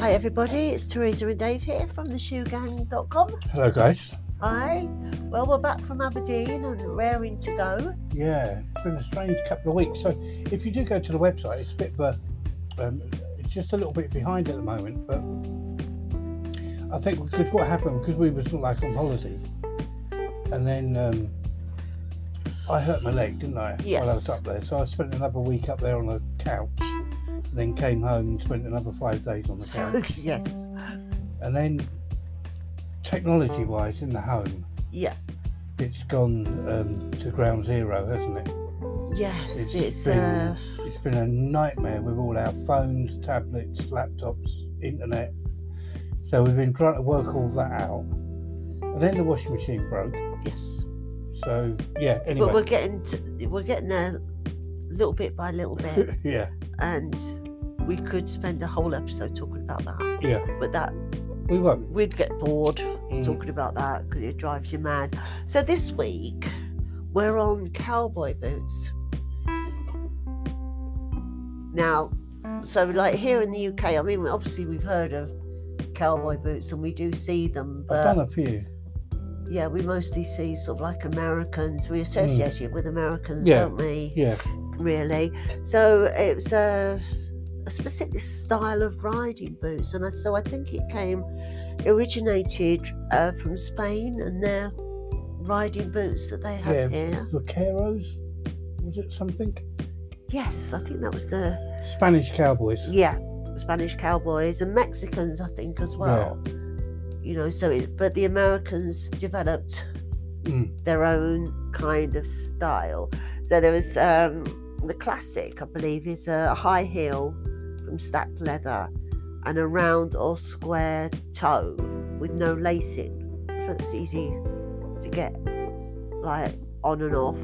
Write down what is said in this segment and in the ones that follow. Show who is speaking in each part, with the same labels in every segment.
Speaker 1: Hi everybody, it's Teresa and Dave here from theshoegang.com.
Speaker 2: Hello, guys.
Speaker 1: Hi. Well, we're back from Aberdeen and raring to go.
Speaker 2: Yeah, it's been a strange couple of weeks. So, if you do go to the website, it's a bit of a, um, it's just a little bit behind at the moment. But I think because what happened because we was like on holiday, and then um, I hurt my leg, didn't I? While I
Speaker 1: Yes.
Speaker 2: was up there, so I spent another week up there on a couch, and then came home and spent another five days on the
Speaker 1: So,
Speaker 2: couch,
Speaker 1: yes.
Speaker 2: and then technology-wise in the home,
Speaker 1: Yeah.
Speaker 2: it's gone um, to ground zero, hasn't it?
Speaker 1: Yes.
Speaker 2: It's
Speaker 1: It's,
Speaker 2: been-
Speaker 1: uh,
Speaker 2: It's been a nightmare with all our phones, tablets, laptops, internet. So we've been trying to work all that out. And then the washing machine broke.
Speaker 1: yes.
Speaker 2: So yeah, anyway.
Speaker 1: But we're getting to, we're getting there little bit by little bit
Speaker 2: yeah,
Speaker 1: and we could spend a whole episode talking about that.
Speaker 2: Yeah.
Speaker 1: But that
Speaker 2: we won't.
Speaker 1: we'd get bored
Speaker 2: Mm,
Speaker 1: talking about that because it drives you mad. So this week we're on cowboy boots. Now, so like here in the UK, I mean, obviously we've heard of cowboy boots and we do see them,
Speaker 2: I've done
Speaker 1: but
Speaker 2: a few.
Speaker 1: yeah, we mostly see sort of like Americans. We associate it with Americans,
Speaker 2: Mm. Yeah.
Speaker 1: don't we?
Speaker 2: Yeah,
Speaker 1: Really. So it's a, a specific style of riding boots, and I, so I think it came originated uh, from Spain, and they're riding boots that they have
Speaker 2: yeah.
Speaker 1: here.
Speaker 2: Vaqueros, was it something?
Speaker 1: Yes, I think that was the
Speaker 2: Spanish cowboys.
Speaker 1: yeah Spanish cowboys and Mexicans, I think as well. You know, so it, but the Americans developed
Speaker 2: Mm.
Speaker 1: their own kind of style. So there was um, the classic, I believe, is a high heel from stacked leather and a round or square toe with no lacing. So it's easy to get like on and off.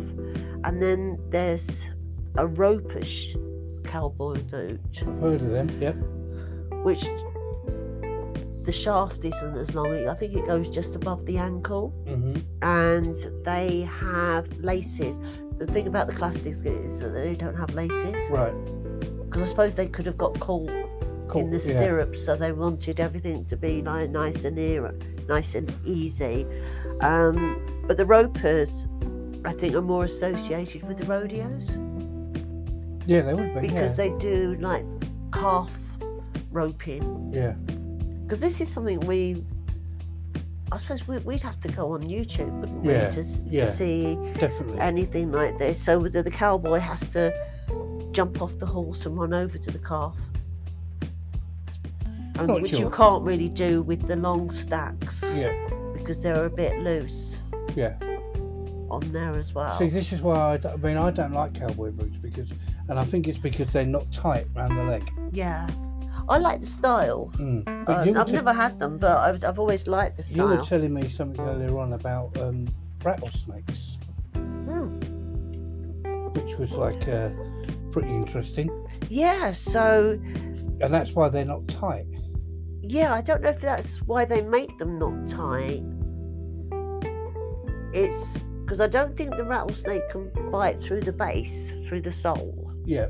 Speaker 1: And then there's a ropish cowboy boot,
Speaker 2: I've heard of them. Yep.
Speaker 1: which the shaft isn't as long. I think it goes just above the ankle
Speaker 2: hmm
Speaker 1: and they have laces. The thing about the classics is that they don't have laces
Speaker 2: Right.
Speaker 1: because I suppose they could have got caught
Speaker 2: Cool.
Speaker 1: in the
Speaker 2: yeah.
Speaker 1: stirrups, so they wanted everything to be like nice and era, nice and easy. Um, but the ropers, I think, are more associated with the rodeos
Speaker 2: Oh, yeah, they would be.
Speaker 1: because they do like calf roping.
Speaker 2: yeah.
Speaker 1: Because this is something we. I suppose we- we'd have to go on YouTube, wouldn't we,
Speaker 2: Yeah,
Speaker 1: to, s-
Speaker 2: yeah.
Speaker 1: to see
Speaker 2: yeah, definitely.
Speaker 1: anything like this. So the, the cowboy has to jump off the horse and run over to the calf, and,
Speaker 2: Not
Speaker 1: which you
Speaker 2: sure.
Speaker 1: can't really do with the long stacks
Speaker 2: yeah,
Speaker 1: because they're a bit loose
Speaker 2: yeah.
Speaker 1: on there as well.
Speaker 2: See, this is why I, d- I mean I don't like cowboy boots because, and I think it's because they're not tight around the leg.
Speaker 1: yeah, I like the style.
Speaker 2: Mm. But
Speaker 1: Uh,
Speaker 2: you, were
Speaker 1: I've
Speaker 2: t-
Speaker 1: never had them, but I've, I've always liked the
Speaker 2: you were
Speaker 1: style.
Speaker 2: telling me something earlier on about um, rattlesnakes,
Speaker 1: Hmm.
Speaker 2: which was like uh, pretty interesting,
Speaker 1: Yeah, so
Speaker 2: and that's why they're not tight.
Speaker 1: yeah, I don't know if that's why they make them not tight. It's because I don't think the rattlesnake can bite through the base, through the sole,
Speaker 2: Yeah,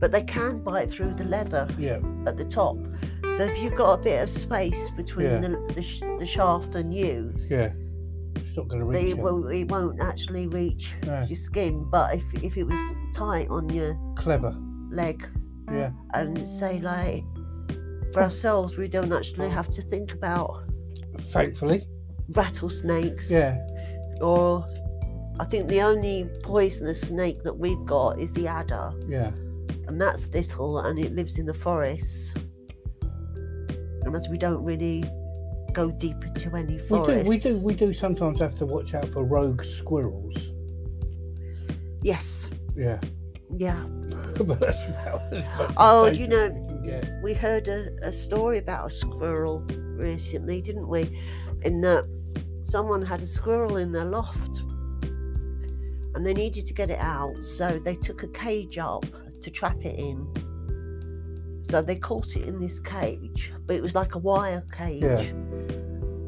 Speaker 1: but they can bite through the leather
Speaker 2: yeah,
Speaker 1: at the top. So if you've got a bit of space between
Speaker 2: Yeah.
Speaker 1: the, the, sh- the shaft and you,
Speaker 2: yeah. It's not going to reach.
Speaker 1: they
Speaker 2: you.
Speaker 1: won't, it won't actually reach
Speaker 2: No,
Speaker 1: your skin. But if, if it was tight on your
Speaker 2: clever.
Speaker 1: leg,
Speaker 2: Yeah,
Speaker 1: and say, like, for ourselves, we don't actually have to think about
Speaker 2: thankfully.
Speaker 1: rattlesnakes.
Speaker 2: Yeah,
Speaker 1: Or I think the only poisonous snake that we've got is the adder,
Speaker 2: yeah,
Speaker 1: and that's little and it lives in the forests. And as we don't really go deep into any
Speaker 2: we do,
Speaker 1: forests.
Speaker 2: we do, we do. Sometimes have to watch out for rogue squirrels.
Speaker 1: Yes.
Speaker 2: Yeah,
Speaker 1: Yeah.
Speaker 2: but that's about as much as
Speaker 1: Oh,
Speaker 2: danger
Speaker 1: you know-
Speaker 2: as you can get.
Speaker 1: We heard a, a story about a squirrel recently, didn't we? In that someone had a squirrel in their loft and they needed to get it out, so they took a cage up to trap it in. So they caught it in this cage, but it was like a wire cage.
Speaker 2: Yeah.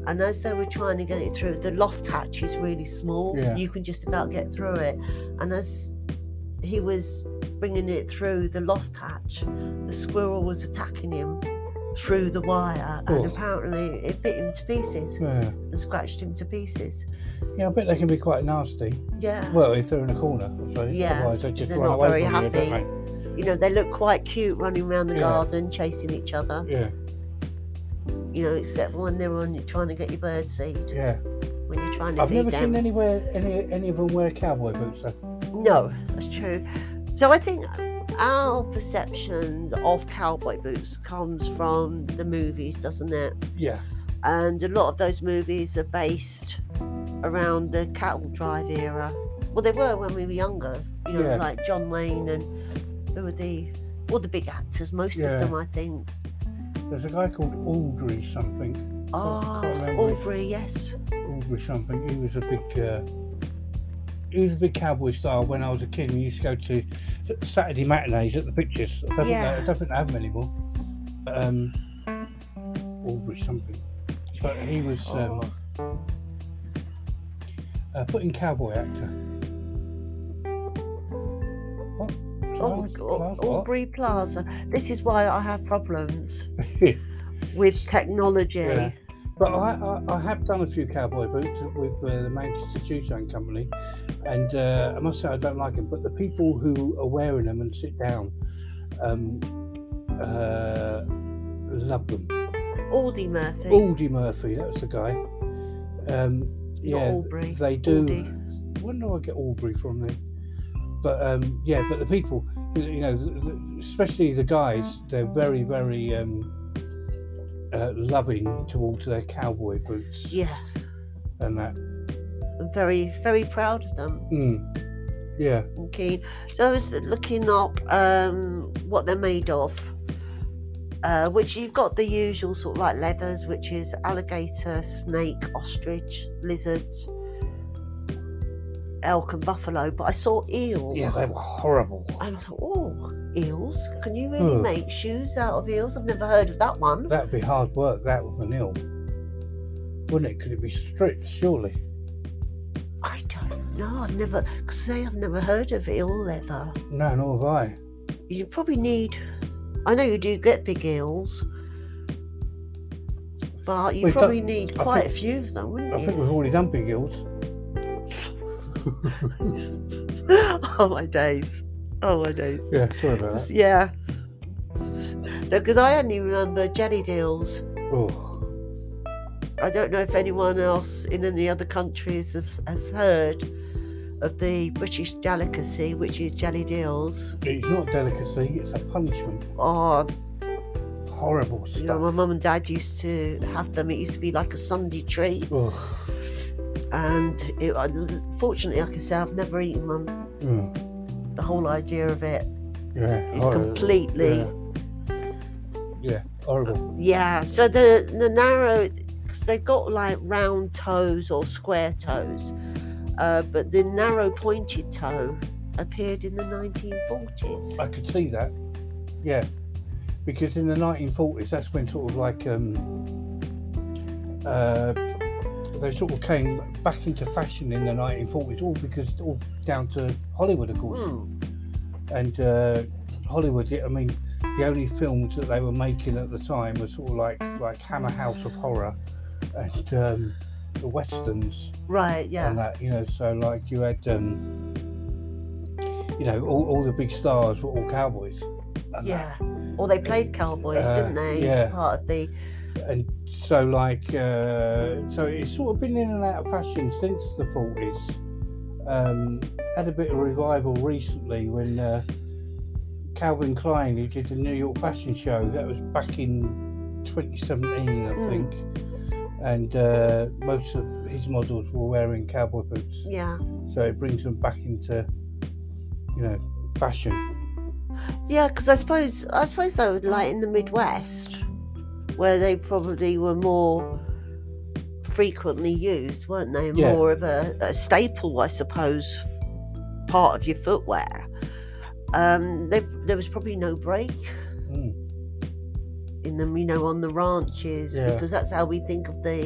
Speaker 1: And as they were trying to get it through, the loft hatch is really small.
Speaker 2: Yeah.
Speaker 1: You can just about get through it. And as he was bringing it through the loft hatch, the squirrel was attacking him through the wire, and
Speaker 2: Oh.
Speaker 1: apparently it bit him to pieces
Speaker 2: Yeah.
Speaker 1: and scratched him to pieces.
Speaker 2: yeah, I bet they can be quite nasty.
Speaker 1: Yeah,
Speaker 2: Well, if they're in a corner, I suppose.
Speaker 1: Yeah,
Speaker 2: Otherwise, they just
Speaker 1: they're
Speaker 2: run
Speaker 1: not
Speaker 2: away
Speaker 1: very
Speaker 2: from you, don't
Speaker 1: happy. you know they look quite cute running around the
Speaker 2: Yeah.
Speaker 1: garden chasing each other.
Speaker 2: they? Yeah,
Speaker 1: You know, except when they're on trying to get your bird seed
Speaker 2: yeah.
Speaker 1: when you're trying to
Speaker 2: I've
Speaker 1: feed
Speaker 2: never
Speaker 1: them.
Speaker 2: seen anywhere any any of them wear cowboy boots. Though.
Speaker 1: No, that's true. So I think our perception of cowboy boots comes from the movies, doesn't it?
Speaker 2: Yeah,
Speaker 1: And a lot of those movies are based around the cattle drive era. Well, they were when we were younger, you know,
Speaker 2: Yeah.
Speaker 1: like John Wayne and who were the all the big actors, most
Speaker 2: Yeah.
Speaker 1: of them, I think.
Speaker 2: there's a guy called Aldry something.
Speaker 1: Oh,
Speaker 2: can't remember.
Speaker 1: Aubrey, yes.
Speaker 2: Aldry something. He was a big. Uh, he was a big cowboy star when I was a kid. and used to go to Saturday matinees at the pictures. I don't, think,
Speaker 1: Yeah.
Speaker 2: they, I don't think they have them anymore. But, um, Aldry something. But he was um,
Speaker 1: Oh,
Speaker 2: uh, put in cowboy actor. What?
Speaker 1: oh,
Speaker 2: Lars-
Speaker 1: Au-
Speaker 2: Lars what?
Speaker 1: Aubrey Plaza. This is why I have problems
Speaker 2: Yeah.
Speaker 1: with technology.
Speaker 2: Yeah. But I, I, I have done a few cowboy boots with uh, the Manchester Shoe Shine Company, and uh, I must say I don't like them. But the people who are wearing them and sit down, um, uh, love them.
Speaker 1: Aldi Murphy.
Speaker 2: Aldi Murphy, that was the guy. Um, yeah,
Speaker 1: Albury,
Speaker 2: they do.
Speaker 1: Aldi.
Speaker 2: When do I get Aubrey from then? But um, yeah, but the people, you know, th- th- especially the guys, they're very, very um, uh, loving towards their cowboy boots
Speaker 1: Yeah,
Speaker 2: and that.
Speaker 1: I'm very, very proud of them.
Speaker 2: Mm. Yeah,
Speaker 1: I'm keen. So I was looking up um, what they're made of, uh, which you've got the usual sort of like leathers, which is alligator, snake, ostrich, lizards, elk, and buffalo. But I saw eels.
Speaker 2: yeah, Oh, they were horrible.
Speaker 1: And I thought, oh, eels? Can you really
Speaker 2: Hmm.
Speaker 1: make shoes out of eels? I've never heard of that one.
Speaker 2: That'd be hard work. That with an ill, wouldn't it? Could it be stripped? Surely.
Speaker 1: I don't know. I've never, because say I've never heard of eel leather.
Speaker 2: No, nor have I.
Speaker 1: you probably need I know you do get big eels but you
Speaker 2: We've got-
Speaker 1: probably need
Speaker 2: I
Speaker 1: quite
Speaker 2: think-
Speaker 1: a few of them
Speaker 2: I
Speaker 1: wouldn't
Speaker 2: think
Speaker 1: you
Speaker 2: we've already done big ills.
Speaker 1: oh my days oh my days
Speaker 2: Yeah, sorry about that.
Speaker 1: yeah so because I only remember jelly deals
Speaker 2: Oh,
Speaker 1: I don't know if anyone else in any other countries have, has heard of the British delicacy which is jelly deals
Speaker 2: it's not delicacy. It's a punishment.
Speaker 1: or
Speaker 2: Horrible
Speaker 1: you know Oh, my
Speaker 2: stuff.
Speaker 1: mum and dad used to have them it used to be like a Sunday treat
Speaker 2: Oh,
Speaker 1: and it, I, fortunately, like I say, I've never eaten one.
Speaker 2: mm,
Speaker 1: The whole idea of it
Speaker 2: yeah,
Speaker 1: is
Speaker 2: horrible.
Speaker 1: completely
Speaker 2: Yeah. yeah, horrible.
Speaker 1: yeah. So the the narrow, cause they've got like round toes or square toes, uh, but the narrow pointed toe appeared in the 1940s.
Speaker 2: I could see that. Yeah, because in the 1940s, that's when sort of like um, uh, they sort of came back into fashion in the 1940s, all because all down to Hollywood, of course.
Speaker 1: Hmm.
Speaker 2: And uh, Hollywood, yeah, I mean, the only films that they were making at the time were sort of like like Hammer House of Horror and um, the westerns
Speaker 1: Right,
Speaker 2: and
Speaker 1: yeah,
Speaker 2: that, you know. So like you had, um, you know, all, all the big stars were all cowboys. And that.
Speaker 1: yeah. Or they played cowboys,
Speaker 2: Uh,
Speaker 1: didn't they?
Speaker 2: yeah.
Speaker 1: It's part of the
Speaker 2: and so like uh, so it's sort of been in and out of fashion since the 40s um, had a bit of revival recently when uh, calvin klein who did the new york fashion show that was back in 2017 i
Speaker 1: Mm.
Speaker 2: think and uh, most of his models were wearing cowboy boots
Speaker 1: yeah,
Speaker 2: so it brings them back into you know fashion
Speaker 1: yeah. Because I suppose I suppose though, like in the Midwest, where they probably were more frequently used, weren't they?
Speaker 2: Yeah.
Speaker 1: More of a, a staple, I suppose, f- part of your footwear. Um, they, there was probably no break
Speaker 2: Mm.
Speaker 1: in them, you know, on the ranches
Speaker 2: Yeah.
Speaker 1: because that's how we think of the,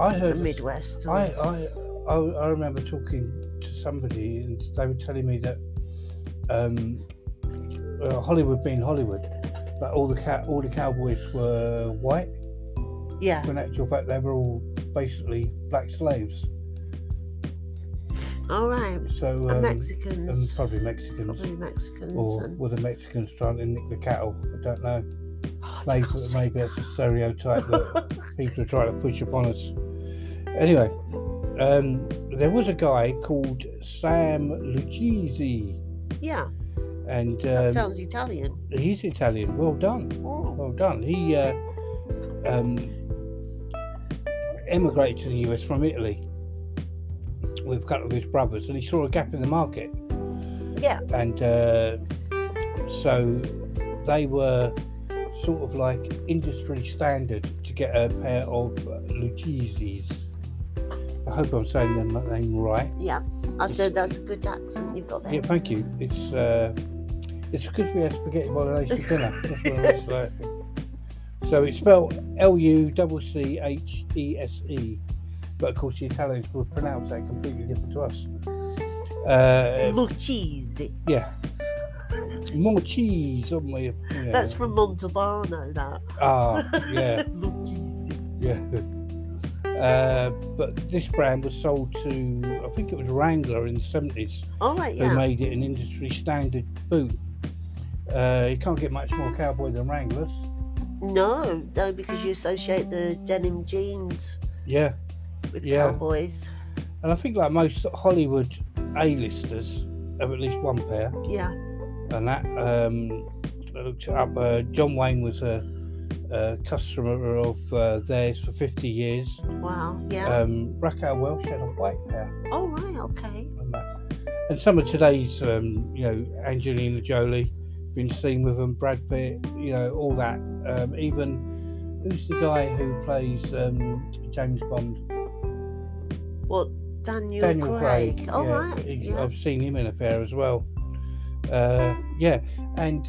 Speaker 2: i
Speaker 1: the
Speaker 2: heard this-
Speaker 1: Midwest.
Speaker 2: I, I, I, I remember talking to somebody and they were telling me that um, uh, Hollywood being Hollywood, But all the cow, all the cowboys were white.
Speaker 1: Yeah.
Speaker 2: When in actual fact, they were all basically black slaves.
Speaker 1: All right.
Speaker 2: So
Speaker 1: And
Speaker 2: um, and
Speaker 1: Mexicans.
Speaker 2: probably Mexicans.
Speaker 1: Probably Mexicans.
Speaker 2: Or
Speaker 1: and...
Speaker 2: were the Mexicans trying to nick the cattle? I don't know.
Speaker 1: Oh,
Speaker 2: Maybe,
Speaker 1: for God's
Speaker 2: maybe that's a stereotype that people are trying to push upon us. Anyway, um, there was a guy called Sam Lucchese,
Speaker 1: sake. yeah.
Speaker 2: and
Speaker 1: That
Speaker 2: um,
Speaker 1: sounds Italian.
Speaker 2: he's Italian. Well done,
Speaker 1: Oh.
Speaker 2: well done. He uh, um, emigrated to the US from Italy with a couple of his brothers, and he saw a gap in the market.
Speaker 1: Yeah.
Speaker 2: and uh, so they were sort of like industry standard to get a pair of Lucchese's. I hope I'm saying their ma- name right.
Speaker 1: Yeah. I said that's a good accent you've got there.
Speaker 2: Yeah, thank you. It's uh, it's because we had spaghetti bolognese for dinner. That's what it was, uh, so it's spelled L U C C H E S E, but of course the Italians would pronounce that completely different to us. Uh,
Speaker 1: Lucchese.
Speaker 2: Yeah. More cheese on my. Yeah.
Speaker 1: That's from Montalbano, that.
Speaker 2: Ah, yeah,
Speaker 1: Lucchese.
Speaker 2: yeah. Uh, but this brand was sold to, I think it was Wrangler in the 70s,
Speaker 1: All right, yeah.
Speaker 2: who made it an industry standard boot. Uh, you can't get much more cowboy than Wranglers.
Speaker 1: No, no, because you associate the denim jeans
Speaker 2: Yeah.
Speaker 1: with
Speaker 2: Yeah.
Speaker 1: cowboys.
Speaker 2: And I think, like most Hollywood A listers, have at least one pair.
Speaker 1: Yeah.
Speaker 2: and that um, I looked it up. Uh, John Wayne was a, a customer of uh, theirs for 50 years.
Speaker 1: Wow. Yeah.
Speaker 2: Um, Raquel Welch had a white pair,
Speaker 1: All right. Okay.
Speaker 2: and, that. and some of today's, um, you know, Angelina Jolie, been seen with them, Brad Pitt, you know, all that. Um, even who's the guy who plays um, James Bond?
Speaker 1: What? Daniel, Craig. All
Speaker 2: yeah,
Speaker 1: right.
Speaker 2: he-
Speaker 1: Yeah.
Speaker 2: I've seen him in a pair as well. Uh, yeah, and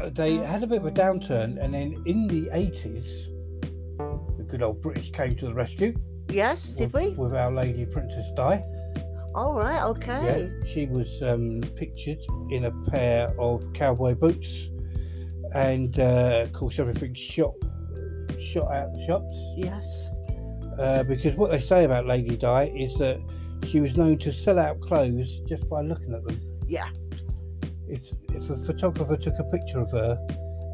Speaker 2: uh, they had a bit of a downturn, and then in the eighties, the good old British came to the rescue
Speaker 1: Yes. Did
Speaker 2: with,
Speaker 1: we?
Speaker 2: with Our Lady Princess Di.
Speaker 1: All right. Okay.
Speaker 2: Yeah, she was um, pictured in a pair of cowboy boots, and uh, of course everything shot shot out the shops.
Speaker 1: Yes.
Speaker 2: uh, because what they say about Lady Di is that she was known to sell out clothes just by looking at them.
Speaker 1: Yeah.
Speaker 2: If, if a photographer took a picture of her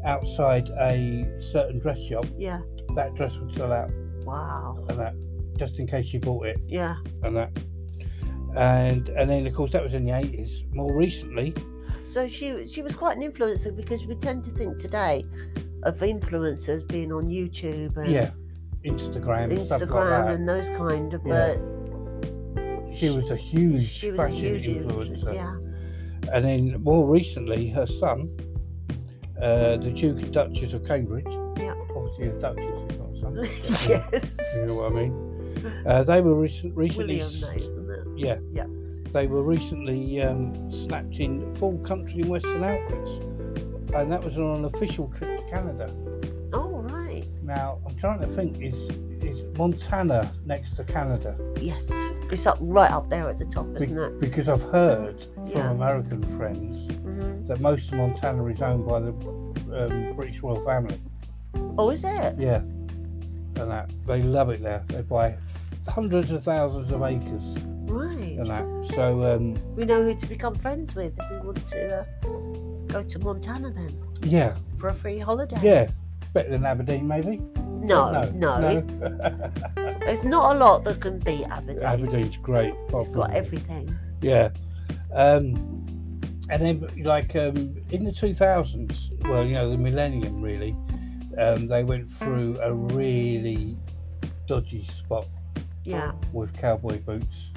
Speaker 2: outside a certain dress shop,
Speaker 1: Yeah.
Speaker 2: that dress would sell out
Speaker 1: Wow.
Speaker 2: and that just in case she bought it
Speaker 1: Yeah.
Speaker 2: and that. And and then of course that was in the eighties. More recently,
Speaker 1: So she she was quite an influencer because we tend to think today of influencers being on YouTube and
Speaker 2: yeah, Instagram, and stuff like
Speaker 1: Instagram
Speaker 2: that.
Speaker 1: and those kind of.
Speaker 2: Yeah.
Speaker 1: But
Speaker 2: she was a huge
Speaker 1: she was a
Speaker 2: fashion
Speaker 1: huge
Speaker 2: influencer.
Speaker 1: influencer. Yeah.
Speaker 2: And then more recently, her son, uh, the Duke and Duchess of Cambridge,
Speaker 1: Yeah.
Speaker 2: obviously a Duchess, he's not a son.
Speaker 1: yes.
Speaker 2: you know what I mean? Uh, they were recent, recently,
Speaker 1: William, that isn't it?
Speaker 2: yeah,
Speaker 1: Yeah.
Speaker 2: They were recently um, snapped in full country and western outfits, and that was on an official trip to Canada.
Speaker 1: All right.
Speaker 2: Now I'm trying to think: is is Montana next to Canada?
Speaker 1: Yes. It's up right up there at the top,
Speaker 2: Be-
Speaker 1: isn't it?
Speaker 2: because I've heard from
Speaker 1: Yeah.
Speaker 2: American friends
Speaker 1: hmm
Speaker 2: that most of Montana is owned by the um, British royal family.
Speaker 1: Oh, is it?
Speaker 2: Yeah, and that they love it there. They buy hundreds of thousands of acres
Speaker 1: Right.
Speaker 2: and that. So um,
Speaker 1: We know who to become friends with if we want to uh, go to Montana then
Speaker 2: yeah,
Speaker 1: for a free holiday.
Speaker 2: yeah, better than Aberdeen maybe.
Speaker 1: No, no,
Speaker 2: no.
Speaker 1: There's not a lot that can beat Aberdeen.
Speaker 2: Aberdeen's great.
Speaker 1: It's
Speaker 2: apart
Speaker 1: got
Speaker 2: from-
Speaker 1: everything.
Speaker 2: Yeah, um, and then like um, in the two thousands, well, you know, the millennium really, um, they went through a really dodgy spot
Speaker 1: Yeah.
Speaker 2: with cowboy boots.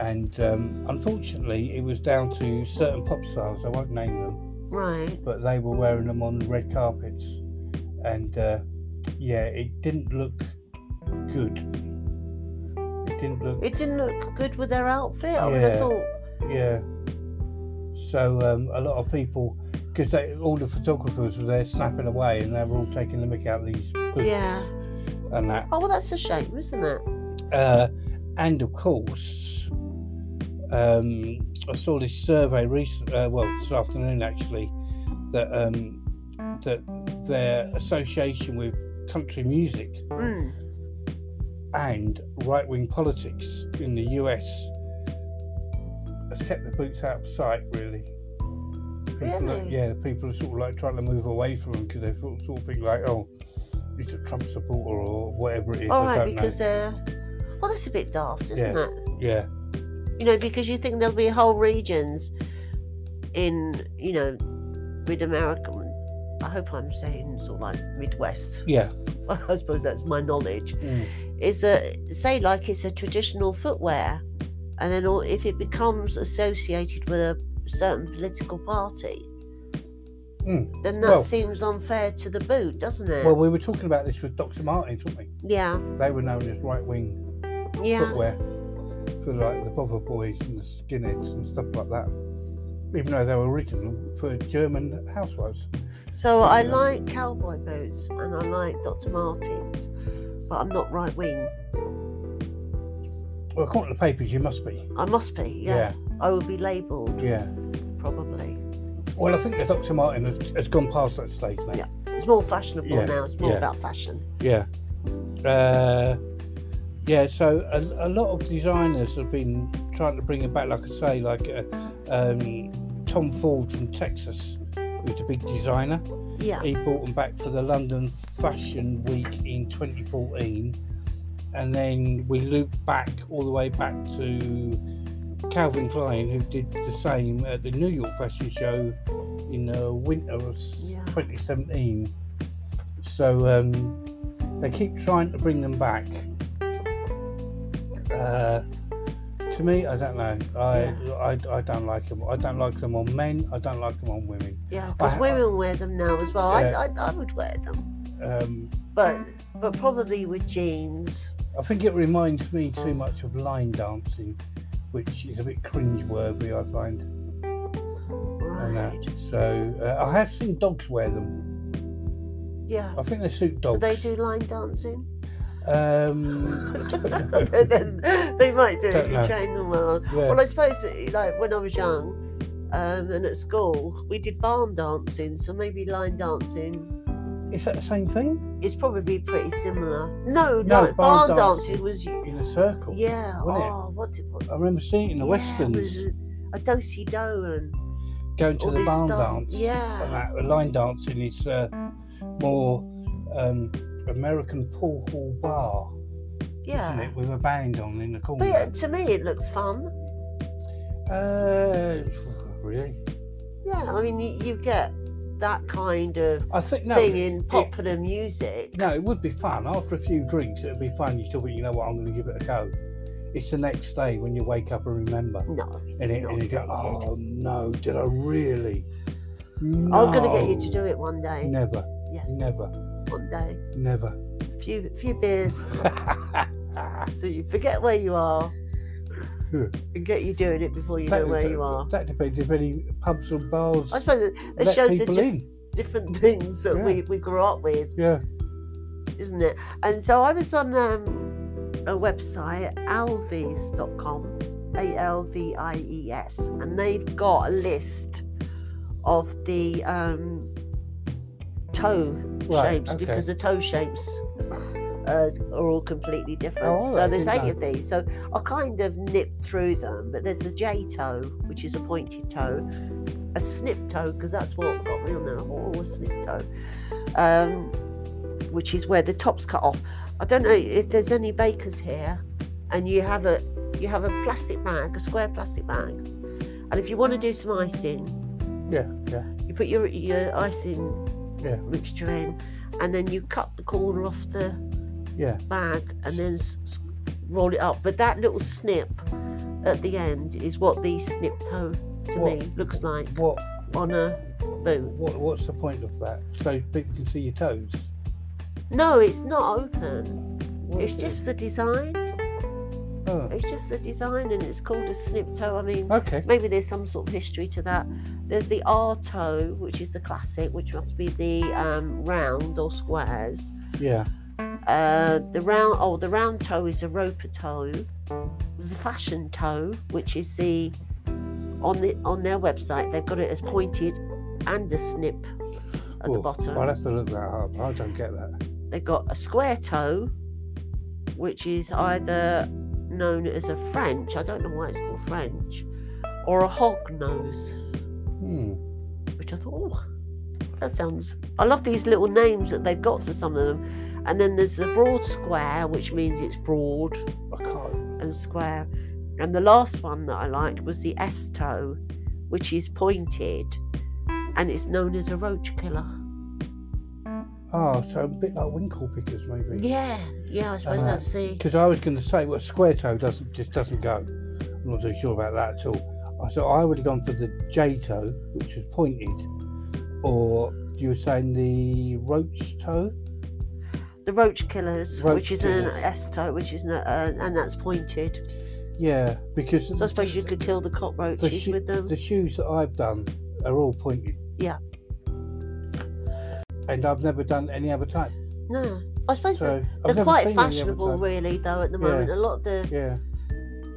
Speaker 2: And um, unfortunately, it was down to certain pop stars. I won't name them,
Speaker 1: Right.
Speaker 2: but they were wearing them on red carpets, and uh, yeah, it didn't look good. It didn't look,
Speaker 1: It didn't look good with their outfit. I would
Speaker 2: Yeah.
Speaker 1: have thought.
Speaker 2: yeah. So um, a lot of people, because all the photographers were there snapping away, and they were all taking the mick out of these boots
Speaker 1: Yeah.
Speaker 2: and that.
Speaker 1: Oh well, that's a shame, isn't it?
Speaker 2: Uh, and of course, um, I saw this survey recent, uh, well, this afternoon actually, that um, that their association with country music
Speaker 1: Mm.
Speaker 2: and right wing politics in the US has kept the boots out of sight, really. People are,
Speaker 1: Really?
Speaker 2: yeah, people are sort of like trying to move away from them because they sort sort of think like, oh, he's a Trump supporter or whatever it is.
Speaker 1: All
Speaker 2: I
Speaker 1: right,
Speaker 2: don't
Speaker 1: because uh, well, that's a bit daft, isn't
Speaker 2: Yeah.
Speaker 1: it?
Speaker 2: know. Yeah,
Speaker 1: You know, because you think there'll be whole regions in you know mid America. I hope I'm saying sort of like Midwest.
Speaker 2: yeah,
Speaker 1: I suppose that's my knowledge.
Speaker 2: mm,
Speaker 1: Is a say like it's a traditional footwear, and then all, if it becomes associated with a certain political party,
Speaker 2: mm.
Speaker 1: then that
Speaker 2: Well-
Speaker 1: seems unfair to the boot, doesn't it?
Speaker 2: Well, we were talking about this with Dr. Martens, weren't we?
Speaker 1: yeah,
Speaker 2: They were known as right wing
Speaker 1: yeah,
Speaker 2: footwear for like the bother boys and the skinheads and stuff like that. Even though they were original for German housewives.
Speaker 1: So I
Speaker 2: Yeah.
Speaker 1: like cowboy boots and I like Dr. Martens, but I'm not right wing.
Speaker 2: Well, according to the papers, you must be.
Speaker 1: I must be, yeah. I will be labelled,
Speaker 2: Yeah.
Speaker 1: probably.
Speaker 2: Well, I think the Dr. Martin has, has gone past that stage now.
Speaker 1: Yeah. It's more fashionable
Speaker 2: Yeah,
Speaker 1: now, it's more
Speaker 2: yeah.
Speaker 1: about fashion.
Speaker 2: Yeah. Uh, yeah, so a, a lot of designers have been trying to bring it back, like I say, like uh, um, Tom Ford from Texas, who's a big designer.
Speaker 1: Yeah.
Speaker 2: He brought them back for the London Fashion Week in 2014. And then we looped back all the way back to Calvin Klein, who did the same at the New York Fashion Show in the winter of s-
Speaker 1: Yeah.
Speaker 2: 2017. So um, they keep trying to bring them back. Uh, to me, I don't know. I, I, I don't like them. I don't like them on men. I don't like them on women.
Speaker 1: Yeah, because
Speaker 2: I-
Speaker 1: women wear them now as well.
Speaker 2: Yeah.
Speaker 1: I, I, I would wear them,
Speaker 2: Um,
Speaker 1: but but probably with jeans.
Speaker 2: I think it reminds me too much of line dancing, which is a bit cringe-worthy, I find. And
Speaker 1: Right.
Speaker 2: that. So uh, I have seen dogs wear them.
Speaker 1: Yeah.
Speaker 2: I think they suit
Speaker 1: Do
Speaker 2: dogs.
Speaker 1: they do line dancing?
Speaker 2: Um,
Speaker 1: they might do if
Speaker 2: Don't
Speaker 1: you
Speaker 2: know.
Speaker 1: train them well.
Speaker 2: yeah.
Speaker 1: Well, I suppose that, like when I was young um, and at school, we did barn dancing, so maybe line dancing
Speaker 2: Is that the same thing?
Speaker 1: is probably pretty similar. No,
Speaker 2: No,
Speaker 1: no, barn,
Speaker 2: barn
Speaker 1: dancing, was
Speaker 2: In a circle.
Speaker 1: yeah.
Speaker 2: wasn't it?
Speaker 1: oh, what did what?
Speaker 2: I remember seeing it in the
Speaker 1: yeah,
Speaker 2: westerns,
Speaker 1: it was a dosey do and
Speaker 2: going to
Speaker 1: all
Speaker 2: the
Speaker 1: this
Speaker 2: barn
Speaker 1: stuff.
Speaker 2: dance.
Speaker 1: Yeah.
Speaker 2: And that, the line dancing is uh, more um, American pool hall bar, isn't
Speaker 1: yeah.
Speaker 2: it? With a band on in the corner.
Speaker 1: But yeah, to me, it looks fun.
Speaker 2: Uh, really?
Speaker 1: Yeah, I mean, you, you get that kind of
Speaker 2: I think no.
Speaker 1: thing in popular music.
Speaker 2: No, it would be fun. After a few drinks, it would be fun. You still think, you know what, I'm going to give it a go. It's the next day when you wake up and remember.
Speaker 1: No, it's
Speaker 2: And, it,
Speaker 1: not.
Speaker 2: and you go,
Speaker 1: very good.
Speaker 2: oh no, did I really?
Speaker 1: I'm going to get you to do it one day.
Speaker 2: Never,
Speaker 1: yes,
Speaker 2: never,
Speaker 1: one day.
Speaker 2: never.
Speaker 1: few few beers so you forget where you are
Speaker 2: Yeah.
Speaker 1: and get you doing it before you know where you are.
Speaker 2: That depends if any pubs or bars
Speaker 1: I suppose it, it
Speaker 2: let
Speaker 1: shows the
Speaker 2: people
Speaker 1: di-
Speaker 2: in.
Speaker 1: different things that
Speaker 2: Yeah.
Speaker 1: we, we grew up with,
Speaker 2: Yeah.
Speaker 1: isn't it? And so I was on um, a website, alvies.com, A L V I E S, and they've got a list of the um, toe
Speaker 2: Right,
Speaker 1: shapes
Speaker 2: okay.
Speaker 1: because the toe shapes uh, are all completely different.
Speaker 2: Oh, all
Speaker 1: so
Speaker 2: right,
Speaker 1: there's
Speaker 2: didn't
Speaker 1: eight of these. So I kind of nipped through them, but there's the J toe, which is a pointed toe, a snip toe, because that's what got me on there. Oh, a snip toe, um, which is where the top's cut off. I don't know if there's any bakers here, and you have a you have a plastic bag, a square plastic bag, and if you want to do some icing,
Speaker 2: Yeah, yeah.
Speaker 1: you put your your icing
Speaker 2: Yeah.
Speaker 1: mixture in, and then you cut the corner off the
Speaker 2: Yeah.
Speaker 1: bag and then s- s- roll it up. But that little snip at the end is what the snip toe to
Speaker 2: What-
Speaker 1: me looks like
Speaker 2: What,
Speaker 1: on a boot.
Speaker 2: what? What's the point of that? So people can see your toes.
Speaker 1: No, it's not open.
Speaker 2: What
Speaker 1: It's
Speaker 2: is it?
Speaker 1: just the design.
Speaker 2: Oh,
Speaker 1: It's just the design, and it's called a snip toe. I mean,
Speaker 2: Okay.
Speaker 1: maybe there's some sort of history to that. There's the R toe, which is the classic, which must be the um, round or squares.
Speaker 2: Yeah.
Speaker 1: Uh, the round oh the round toe is a roper toe. There's a fashion toe, which is the on the on their website they've got it as pointed and a snip. at the
Speaker 2: Well,
Speaker 1: bottom.
Speaker 2: I'll have to look that up. I don't get that.
Speaker 1: They've got a square toe, which is either known as a French, I don't know why it's called French, or a hog nose,
Speaker 2: Hmm.
Speaker 1: which I thought, oh, that sounds. I love these little names that they've got for some of them. And then there's the broad square, which means it's broad
Speaker 2: I can't.
Speaker 1: and square. And the last one that I liked was the S toe, which is pointed and it's known as a roach killer.
Speaker 2: Oh, so a bit like winkle pickers, maybe.
Speaker 1: Yeah, yeah, I suppose
Speaker 2: Ah.
Speaker 1: that's the.
Speaker 2: Because I was going to say, well, square toe doesn't just doesn't go. I'm not too sure about that at all. I- So I would have gone for the J toe, which was pointed, or you were saying the roach toe.
Speaker 1: The Roach Killers,
Speaker 2: Roach
Speaker 1: which is
Speaker 2: Killers.
Speaker 1: an S type, which is an, uh, and that's pointed.
Speaker 2: Yeah, because
Speaker 1: So I suppose you could kill the cockroaches
Speaker 2: the, shoe-
Speaker 1: with them.
Speaker 2: the shoes that I've done are all pointed.
Speaker 1: Yeah.
Speaker 2: And I've never done any other type.
Speaker 1: no, I suppose
Speaker 2: So I've
Speaker 1: they're,
Speaker 2: never
Speaker 1: they're quite
Speaker 2: seen any other
Speaker 1: fashionable,
Speaker 2: type.
Speaker 1: really, though at the
Speaker 2: Yeah.
Speaker 1: moment. A lot of the
Speaker 2: Yeah.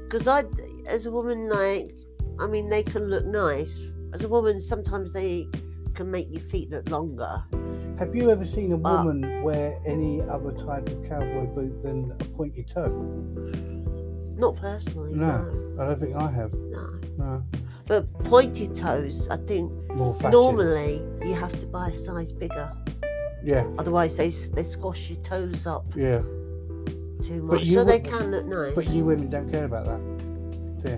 Speaker 1: because I, as a woman, like, I mean, they can look nice. As a woman, sometimes they can make your feet look longer.
Speaker 2: Have you ever seen a
Speaker 1: But-
Speaker 2: woman wear any other type of cowboy boot than a pointed toe?
Speaker 1: Not personally,
Speaker 2: No.
Speaker 1: no,
Speaker 2: I don't think I have.
Speaker 1: no.
Speaker 2: No.
Speaker 1: But pointed toes, I think
Speaker 2: More fashion.
Speaker 1: normally you have to buy a size bigger,
Speaker 2: Yeah.
Speaker 1: otherwise they s- they squash your toes up.
Speaker 2: Yeah.
Speaker 1: too much,
Speaker 2: you
Speaker 1: so they
Speaker 2: wouldn't-
Speaker 1: can look nice.
Speaker 2: But you women don't care about that.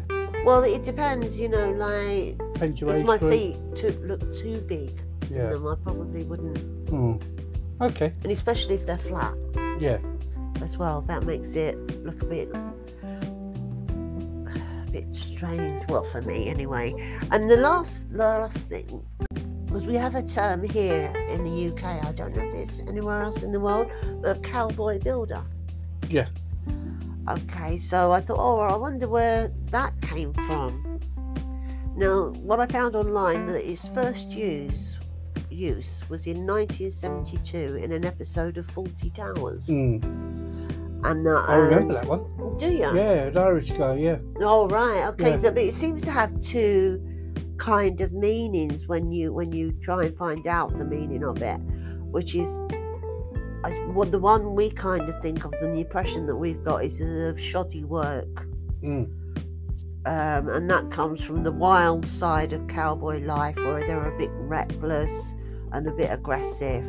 Speaker 2: Yeah.
Speaker 1: Well, it depends, you know. Like
Speaker 2: Depends your
Speaker 1: if
Speaker 2: age
Speaker 1: my
Speaker 2: group.
Speaker 1: feet to look too big, in
Speaker 2: Yeah.
Speaker 1: them I probably wouldn't,
Speaker 2: Mm. Okay.
Speaker 1: and especially if they're flat
Speaker 2: Yeah.
Speaker 1: as well. That makes it look a bit, a bit strained. Well, for me anyway. And the last, the last thing was we have a term here in the UK. I don't know if it's anywhere else in the world, but a cowboy builder.
Speaker 2: Yeah.
Speaker 1: Okay, so I thought, oh, I wonder where that came from. Now, what I found online that its first use use was in 1972 in an episode of Faulty Towers.
Speaker 2: Mm.
Speaker 1: And that,
Speaker 2: I remember
Speaker 1: and-
Speaker 2: that one.
Speaker 1: Do you?
Speaker 2: Yeah, an Irish guy. Yeah.
Speaker 1: All right. Okay.
Speaker 2: Yeah.
Speaker 1: So, but it seems to have two kind of meanings when you when you try and find out the meaning of it, which is I s- well, the one we kind of think of. The impression that we've got is of shoddy work,
Speaker 2: Mm.
Speaker 1: um, and that comes from the wild side of cowboy life, where they're a bit reckless and a bit aggressive.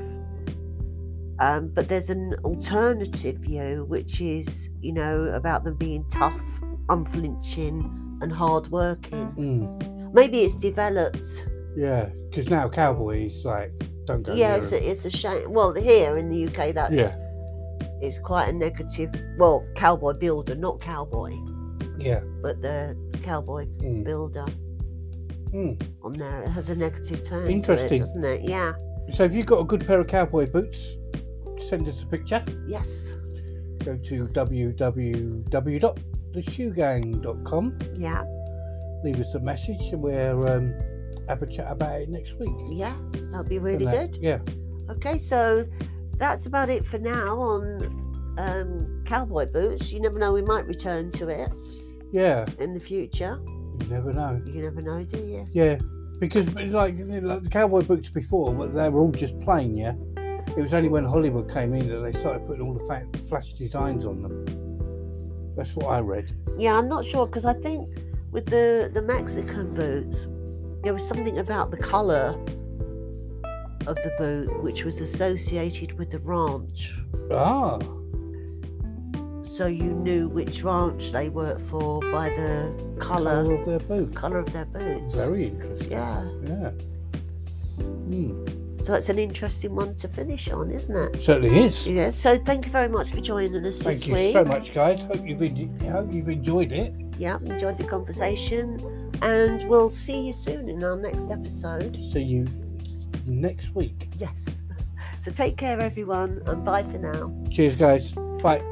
Speaker 1: Um, but there's an alternative view, which is, you know, about them being tough, unflinching, and hardworking.
Speaker 2: Mm.
Speaker 1: Maybe it's developed.
Speaker 2: Yeah. Because now cowboys like don't go.
Speaker 1: yeah,
Speaker 2: near
Speaker 1: it's
Speaker 2: him.
Speaker 1: a, it's a shame. Well, here in the UK, that's
Speaker 2: Yeah.
Speaker 1: it's quite a negative. Well, cowboy builder, not cowboy,
Speaker 2: Yeah.
Speaker 1: but the cowboy
Speaker 2: Mm.
Speaker 1: builder
Speaker 2: Mm.
Speaker 1: on there. It has a negative turn to it,
Speaker 2: Interesting.
Speaker 1: doesn't it? Yeah.
Speaker 2: So if you've got a good pair of cowboy boots, send us a picture.
Speaker 1: Yes.
Speaker 2: Go to www.theshoegang.com.
Speaker 1: Yeah.
Speaker 2: Leave us a message and we'll um, have a chat about it next week.
Speaker 1: Yeah. That'd be really good.
Speaker 2: And that- Yeah.
Speaker 1: Okay, so that's about it for now on um, cowboy boots. You never know, we might return to it
Speaker 2: Yeah.
Speaker 1: in the future.
Speaker 2: You never know.
Speaker 1: You never know, do you?
Speaker 2: Yeah. Because like, you know, like the cowboy boots before, well, they were all just plain, yeah. It was only when Hollywood came in that they started putting all the fa- flash designs on them. That's what I read.
Speaker 1: Yeah, I'm not sure because I think with the the Mexican boots, there was something about the color of the boot which was associated with the ranch,
Speaker 2: Ah,
Speaker 1: so you knew which ranch they worked for by the
Speaker 2: colour
Speaker 1: color
Speaker 2: of their boot.
Speaker 1: color of their boots.
Speaker 2: Very interesting.
Speaker 1: Yeah,
Speaker 2: Yeah. Hmm.
Speaker 1: so that's an interesting one to finish on, isn't it?
Speaker 2: Certainly is.
Speaker 1: Yeah, so thank you very much for joining us
Speaker 2: Thank
Speaker 1: this
Speaker 2: you
Speaker 1: week.
Speaker 2: so much, guys. Hope you've en- hope you've enjoyed it.
Speaker 1: Yeah, enjoyed the conversation, and we'll see you soon in our next episode.
Speaker 2: See you next week.
Speaker 1: Yes. So take care, everyone, and bye for now.
Speaker 2: Cheers, guys. Bye.